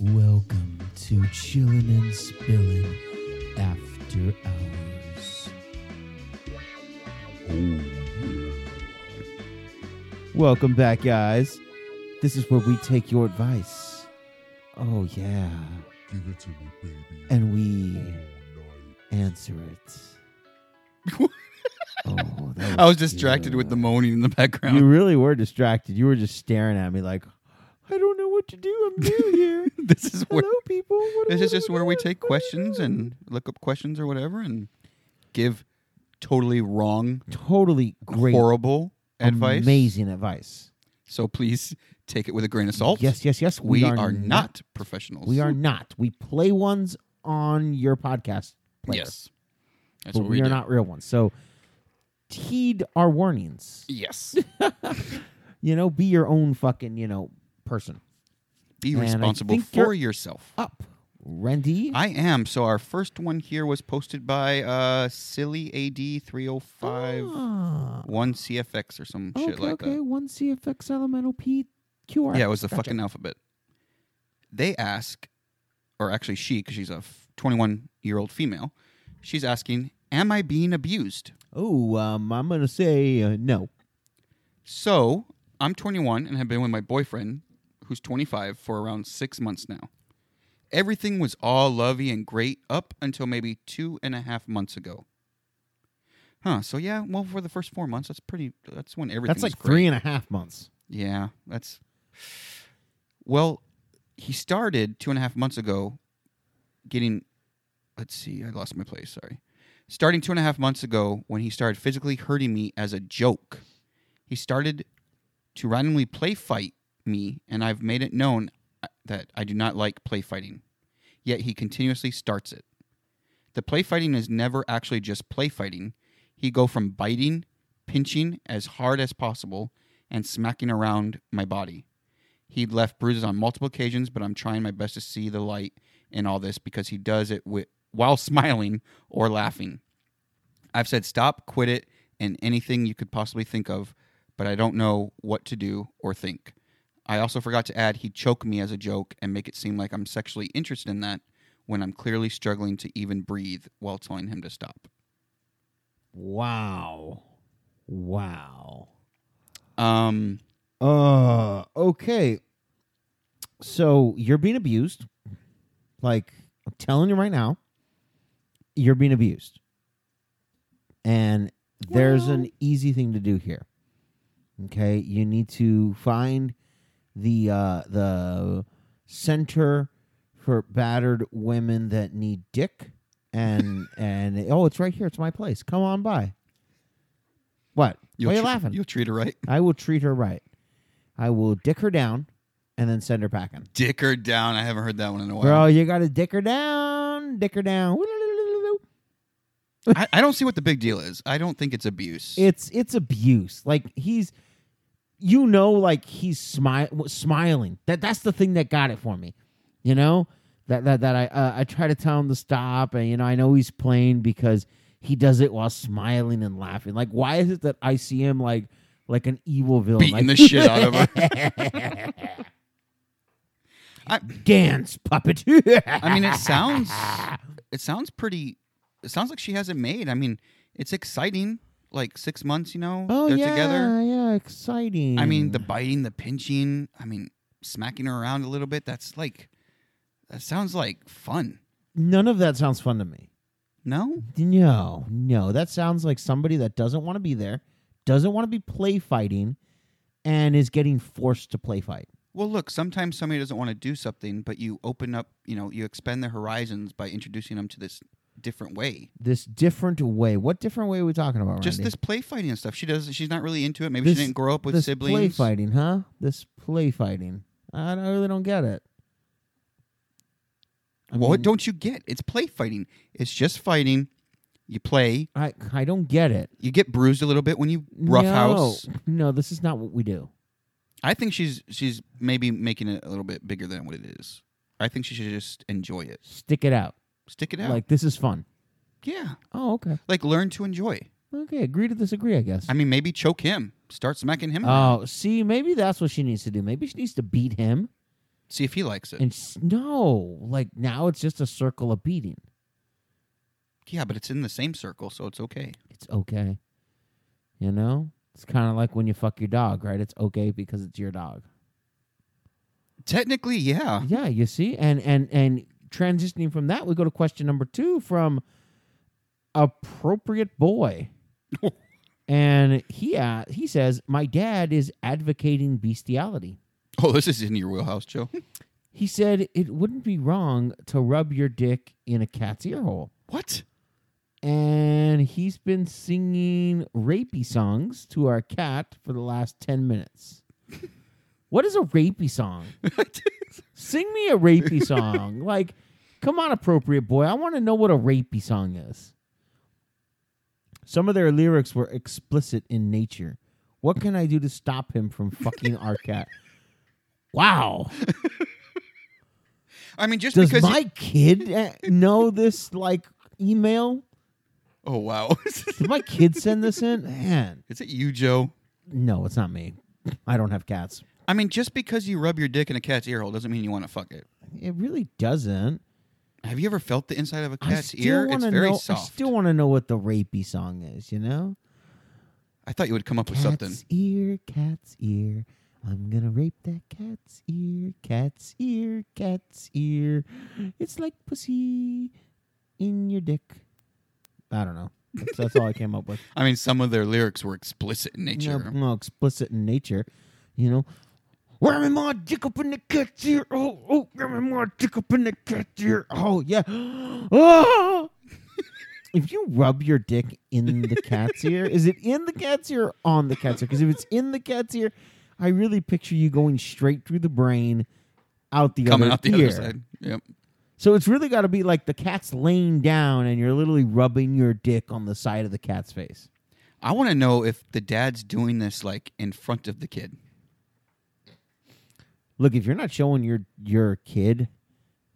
Welcome to Chillin' and Spillin' After Hours. Welcome back, guys. This is where we take your advice. Oh, yeah. Give it to me, baby. And we All night. answer it. oh, that I was distracted with the good. moaning in the You background. really were distracted. You were just staring at me like, I don't know what to do. I'm new here. this is where Hello, people. What- this what is do just I where we do? take What do I questions do? and look up questions or whatever and give totally wrong, totally great, horrible advice. amazing advice. So please take it with a grain of salt. Yes, yes, yes. we, are, not professionals. We are not. We play ones on your podcast. Player, Yes, that's but what we, are do. not real ones. So heed our warnings. Yes, You know, be your own fucking you know person. be And I responsible think for you're- yourself. Up, Randy. I am. So our first one here was posted by uh, Silly AD three hundred five Ah. one CFX or some Okay, shit like okay. that. One CFX elemental P QR. Yeah, it was the Gotcha. fucking alphabet. They ask, or actually, she, because she's a 21 year old female, she's asking, Am I being abused? Oh, um, I'm gonna say uh, no. So I'm 21 and have been with my boyfriend, who's 25, for around six months now. Everything was all lovey and great up until maybe two and a half months ago. Huh. So yeah, well, for the first four months, that's pretty. That's when everything. That's like great. three and a half months. Yeah, that's. Well, he started two and a half months ago getting. Let's see, I lost my place, sorry. Starting two and a half months ago when he started physically hurting me as a joke. He started to randomly play fight me, and I've made it known uh, that I do not like play fighting. Yet he continuously starts it. The play fighting is never actually just play fighting. He go from biting, pinching as hard as possible, and smacking around my body. He'd left bruises on multiple occasions, but I'm trying my best to see the light in all this because he does it wi while smiling or laughing. I've said stop, quit it, and anything you could possibly think of, but I don't know what to do or think. I also forgot to add he'd choke me as a joke and make it seem like I'm sexually interested in that when I'm clearly struggling to even breathe while telling him to stop. Wow. Wow. Um, Uh okay. So you're being abused. Like I'm telling you right now, you're being abused. And there's Well- an easy thing to do here. Okay? You need to find the uh the center for battered women that need dick and and oh it's right here it's my place come on by what why are you tre- laughing You'll treat her right. I will treat her right. I will dick her down and then send her packing. Dick her down. I haven't heard that one in a while. Girl, you got to dick her down, dick her down. I, I don't see what the big deal is. I don't think it's abuse. It's it's abuse. Like he's you know like he's smi- smiling. That that's the thing that got it for me. You know? That that that I uh, I try to tell him to stop and you know I know he's playing because he does it while smiling and laughing. Like why is it that I see him like like an evil villain like, Beating the shit out of her. dance puppet. I mean, it sounds it sounds pretty. It sounds like she has it made. I mean, it's exciting. Like six months, you know, Oh they're yeah, together. yeah, exciting. I mean, the biting, the pinching. I mean, smacking her around a little bit. That's like that sounds like fun. none of that sounds fun to me. No, No, no, that sounds like somebody that doesn't want to be there, doesn't want to be play fighting, and is getting forced to play fight. Well, look, sometimes somebody doesn't want to do something, but you open up, you know, you expand their horizons by introducing them to this different way. This different way. What different way are we talking about? Just Randy? this play fighting and stuff. She does. She's not really into it. Maybe This- she didn't grow up with this siblings. play fighting, huh? This play fighting. I don't- I really don't get it. I what mean, don't you get? It's play fighting. It's just fighting. You play. I? I don't get it. You get bruised a little bit when you rough no, house. No, this is not what we do. I think she's she's maybe making it a little bit bigger than what it is. I think she should just enjoy it. Stick it out. Stick it out. Like this is fun. yeah. Oh, okay. Like learn to enjoy. Okay, agree to disagree, I guess. I mean, maybe choke him. Start smacking him. around. Oh, see, maybe that's what she needs to do. Maybe she needs to beat him See if he likes it. And s- no, like now it's just a circle of beating. yeah, but it's in the same circle, so it's okay. It's okay. You know? It's kind of like when you fuck your dog, right? It's okay because it's your dog. Technically, yeah. Yeah, you see? And and and transitioning from that, we go to question number 2 from appropriate boy. and he uh, he says, "My dad is advocating bestiality." Oh, this is in your wheelhouse, Joe. He said it wouldn't be wrong to rub your dick in a cat's ear hole. what? And he's been singing rapey songs to our cat for the last 10 minutes. what is a rapey song? Sing me a rapey song. Like, come on, appropriate boy. I want to know what a rapey song is. Some of their lyrics were explicit in nature. What can I do to stop him from fucking our cat? Wow. I mean, just Does because. my you- kid uh, know this like email? oh wow, Did my kid send this in? Man, is it you, Joe? no, it's not me. I don't have cats. I mean, just because you rub your dick in a cat's ear hole doesn't mean you want to fuck it. It really doesn't. Have you ever felt the inside of a I cat's still ear? It's wanna very know. I soft. still want to know what the rapey song is. You know, I thought you would come up with cat's something. ear, cat's ear. I'm gonna rape that cat's ear, cat's ear, cat's ear. It's like pussy in your dick. I don't know. That's, that's all I came up with. I mean, some of their lyrics were explicit in nature. No, no, explicit in nature. You know, ramming my dick up in the cat's ear. Oh, oh, ramming my dick up in the cat's ear. Oh, yeah. Ah! if you rub your dick in the cat's ear, is it in the cat's ear or on the cat's ear? Because if it's in the cat's ear, I really picture you going straight through the brain, out the Coming other out the ear. other side. Yep. So it's really got to be like the cat's laying down and you're literally rubbing your dick on the side of the cat's face. I want to know if the dad's doing this like in front of the kid. look if you're not showing your your kid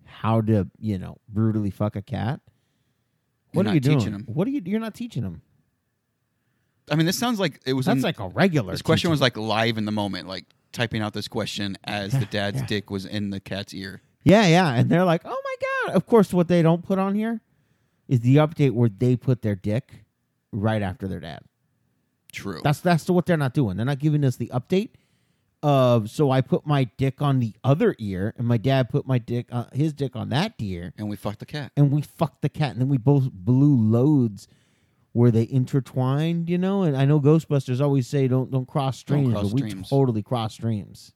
how to you know brutally fuck a cat what You're are you not teaching doing them. what are you you're not teaching them I mean, this sounds like it was. that's in- like a regular this question teaching. was like live in the moment, like typing out this question as the dad's Yeah. dick was in the cat's ear. yeah yeah and they're like oh my god of course what they don't put on here is the update where they put their dick right after their dad True. that's that's what they're not doing they're not giving us the update of so i put my dick on the other ear and my dad put my dick uh, his dick on that ear and we fucked the cat. and we fucked the cat, and then we both blew loads where they intertwined, you know. And I know Ghostbusters always say don't don't cross streams, cross but we streams. totally cross streams.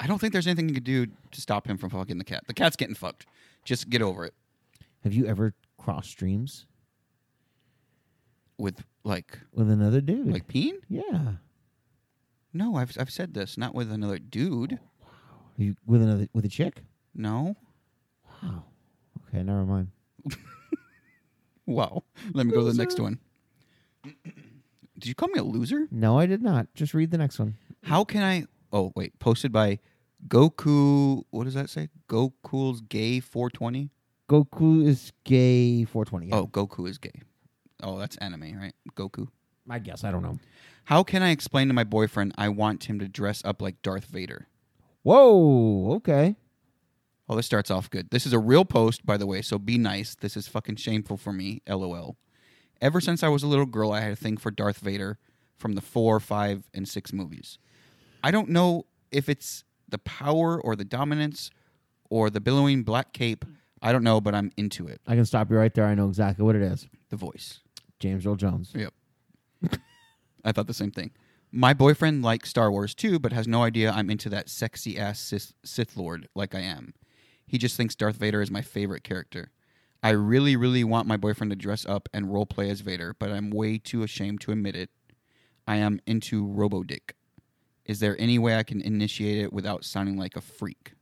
I don't think there's anything you could do to stop him from fucking the cat. The cat's getting fucked. Just get over it Have you ever crossed streams with like with another dude? like peen. yeah, No, I've I've said this not with another dude. you, with another with a chick. No. Wow. Okay, never mind. Wow. Let me go to the next one. Did you call me a loser? No, I did not. Just read the next one. How can I? Oh wait, posted by Goku. What does that say? Goku's gay 420. Goku is gay. Four twenty. Oh, Goku is gay. Oh, that's anime, right? Goku. I guess I don't know. How can I explain to my boyfriend I want him to dress up like Darth Vader? Whoa. Okay. Oh, this starts off good. This is a real post, by the way, so be nice. This is fucking shameful for me. LOL. Ever since I was a little girl, I had a thing for Darth Vader from the four, five, and six movies. I don't know if it's the power or the dominance or the billowing black cape. I don't know, but I'm into it. I can stop you right there. I know exactly what it is. The voice. James Earl Jones. Yep. I thought the same thing. My boyfriend likes Star Wars too, but has no idea I'm into that sexy ass Sith, Sith Lord like I am. He just thinks Darth Vader is my favorite character. I really, really want my boyfriend to dress up and role play as Vader, but I'm way too ashamed to admit it. I am into Robodick. Is there any way I can initiate it without sounding like a freak?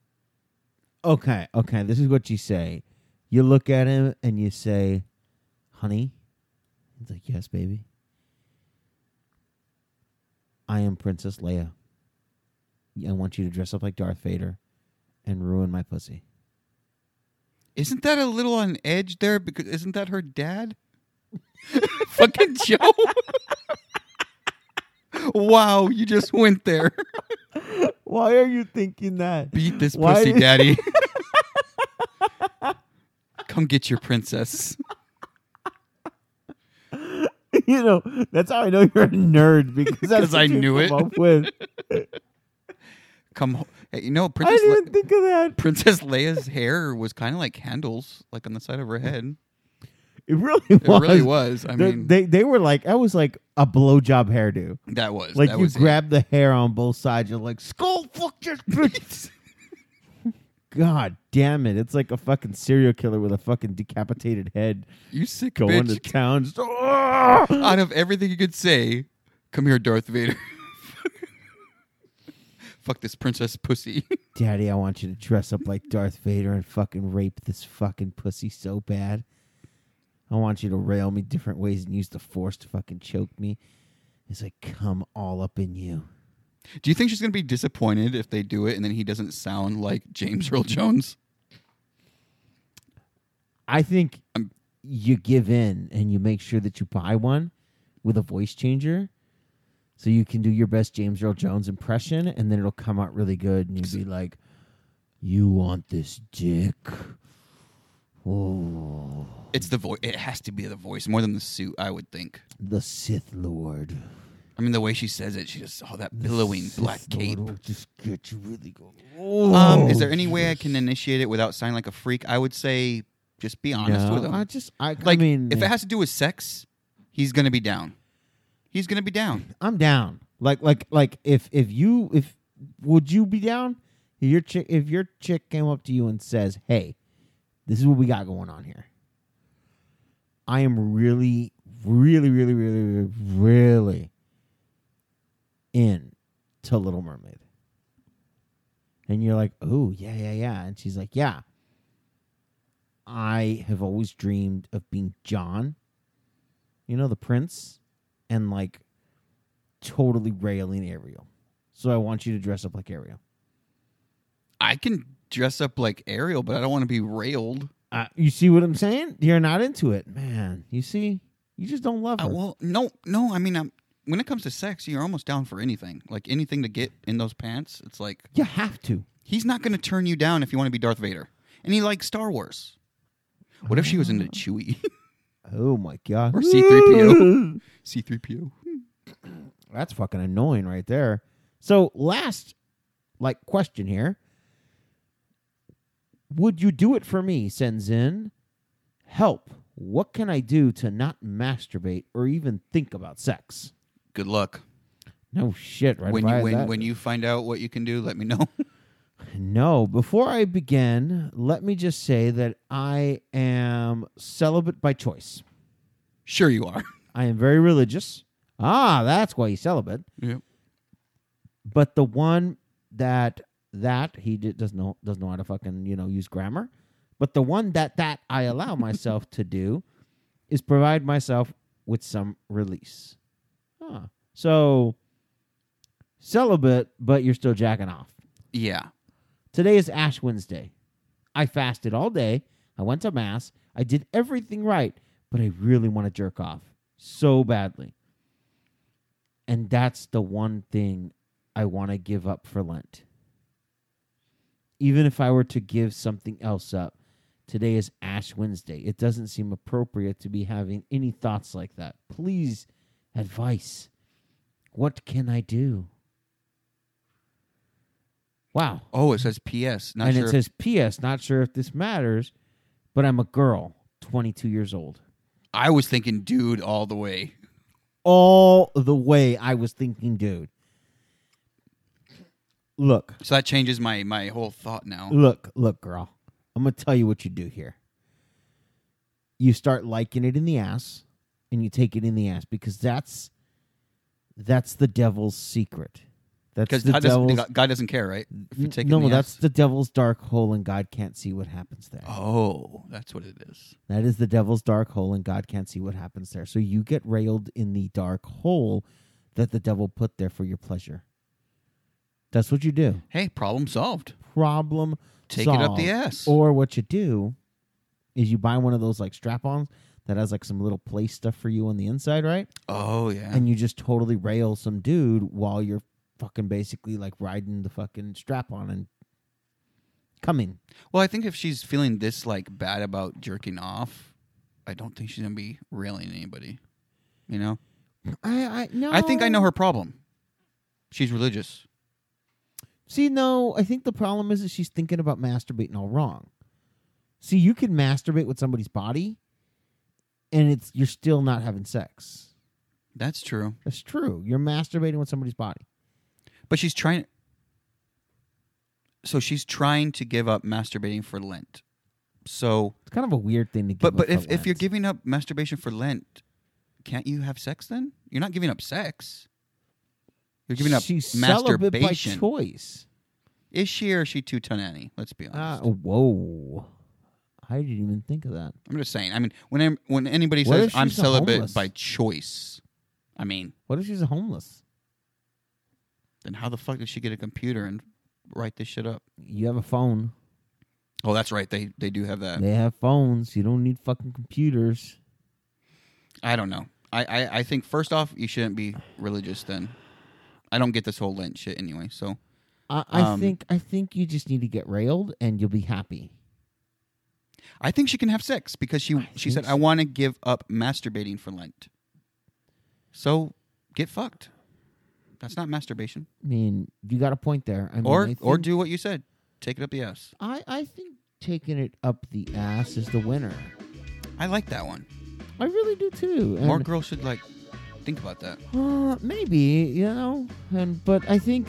okay, okay, this is what you say. You look at him and you say, honey. He's like, yes, baby. I am Princess Leia. I want you to dress up like Darth Vader and ruin my pussy. Isn't that a little on edge there? Because isn't that her dad? Fucking Joe. wow, you just went there. Why are you thinking that? Beat this Why pussy, did- daddy. Come get your princess. you know, that's how I know you're a nerd because that's 'Cause I what you knew come it. Up with. Come, ho- hey, you know, I princess. didn't Le- even think of that. Princess Leia's hair was kind of like candles, like on the side of her head. It really It was. really was. I They- mean, they they were like that was like a blowjob hairdo. that was Like that you was it. grab the hair on both sides, you're like, skull fuck your bitch. God damn it! It's like a fucking serial killer with a fucking decapitated head You sick going bitch. to town. Just, "Ah!" Out of everything you could say, come here, Darth Vader. Fuck this princess pussy. Daddy, I want you to dress up like Darth Vader and fucking rape this fucking pussy so bad. I want you to rail me different ways and use the force to fucking choke me. It's like, come all up in you. do you think she's gonna be disappointed if they do it and then he doesn't sound like James Earl Jones? I think I'm- you give in and you make sure that you buy one with a voice changer so you can do your best James Earl Jones impression and then it'll come out really good and you'll be like, You want this dick? Oh, It's the voice. It has to be the voice more than the suit, I would think. the Sith Lord. I mean, the way she says it, she just oh that billowing black Sith Lord cape. will just get you really going. Um, is Oh, there any way I Jesus. can initiate it without sounding like a freak? I would say just be honest no, with him. I just, I, like I mean, if it has to do with sex, he's gonna be down. He's gonna be down. I'm down. Like like like if if you if would you be down? If your chick if your chick came up to you and says, "Hey, this is what we got going on here. I am really really really really really, really in to Little Mermaid." And you're like, "Oh, yeah, yeah, yeah." And she's like, "Yeah. I have always dreamed of being John, you know, the prince, and like totally railing Ariel. So I want you to dress up like Ariel. I can dress up like Ariel, but I don't want to be railed. Uh, you see what I'm saying? You're not into it, man. You see, you just don't love I, her. Uh, well, no, no. I mean, I'm, when it comes to sex, you're almost down for anything. Like anything to get in those pants. It's like you have to. he's not gonna turn you down if you want to be Darth Vader, and he likes Star Wars. What if she was into Chewie Oh my god. or C3PO? C3PO. That's fucking annoying right there. So last like question here. Would you do it for me? Sends in help. What can I do to not masturbate or even think about sex? Good luck. No shit, right? when If I you had when, that- when you find out what you can do, let me know. No, before I begin, let me just say that I am celibate by choice. sure you are. I am very religious. Ah, that's why he's celibate. Yep. But the one that that he did, doesn't know doesn't know how to fucking you know use grammar. But the one that that I allow myself to do is provide myself with some release. Huh. So celibate, but you're still jacking off. Yeah. Today is Ash Wednesday. I fasted all day. I went to mass. I did everything right, but I really want to jerk off so badly. And that's the one thing I want to give up for Lent. Even if I were to give something else up, today is Ash Wednesday. It doesn't seem appropriate to be having any thoughts like that. Please, advice. What can I do? Wow Oh, it says P.S. Not and sure. it if- says, "P.S. Not sure if this matters, but I'm a girl, 22 years old." I was thinking, dude, all the way. All the way, I was thinking, dude. Look, So that changes my my whole thought now. look, look, girl. I'm gonna tell you what you do here. You start liking it in the ass, and you take it in the ass because that's that's the devil's secret. That's Because the God, doesn't- devil's. God- God doesn't care, right? If you're taking no, the that's ass. the devil's dark hole, and God can't see what happens there. Oh, that's what it is. That is the devil's dark hole, and God can't see what happens there. So you get railed in the dark hole that the devil put there for your pleasure. That's what you do. Hey, problem solved. Problem Take solved. it up the ass. Or what you do is you buy one of those like strap-ons that has like some little play stuff for you on the inside, right? oh yeah. And you just totally rail some dude while you're fucking basically like riding the fucking strap on and coming. Well, I think if she's feeling this like bad about jerking off, I don't think she's gonna be railing anybody. You know, I I no. I think I know her problem. She's religious. See, no, I think the problem is that she's thinking about masturbating all wrong. See, you can masturbate with somebody's body, and it's you're still not having sex. That's true. That's true. You're masturbating with somebody's body. But she's trying. So she's trying to give up masturbating for Lent. So, It's kind of a weird thing to give. but up but for if, if you're Lent. giving up masturbation for Lent, can't you have sex then? You're not giving up sex. You're giving up she's celibate by masturbation. choice. Is she or is she too tonani? Let's be Ah, honest. whoa! I didn't even think of that. I'm just saying. I mean, when I'm, when anybody What says if I'm she's a celibate homeless? by choice, I mean, What if she's homeless? then how the fuck did she get a computer and write this shit up? You have a phone. Oh, that's right. They they do have that. They have phones. You don't need fucking computers. I don't know. I, I, I think first off, you shouldn't be religious then. I don't get this whole Lent shit anyway. So I, I Um, think I think you just need to get railed and you'll be happy. I think she can have sex because she I she think said so. I want to give up masturbating for Lent. So get fucked. That's not masturbation. I mean, you got a point there. I mean, or I think, or do what you said. Take it up the ass. I, I think taking it up the ass is the winner. I like that one. I really do too. And, More girls should like think about that. uh, maybe you know, and but I think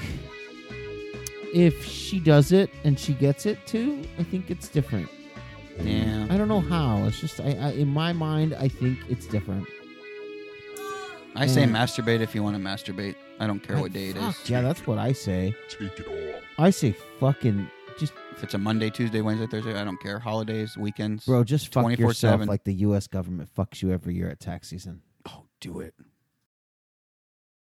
if she does it and she gets it too, I think it's different. Yeah. I don't know how. It's just I, I in my mind, I think it's different. I say Yeah. masturbate if you want to masturbate. I don't care Like, what day it Mm. fuck, is. Yeah, that's what I say. Take it all. I say fucking just If it's a Monday, Tuesday, Wednesday, Thursday, I don't care. Holidays, weekends. Bro, just fuck yourself 24/7. like the U.S. government fucks you every year at tax season. Oh, do it.